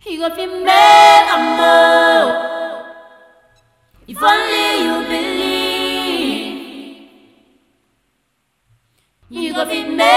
He got me made a mo. If only you believe. You got me made Oh, oh.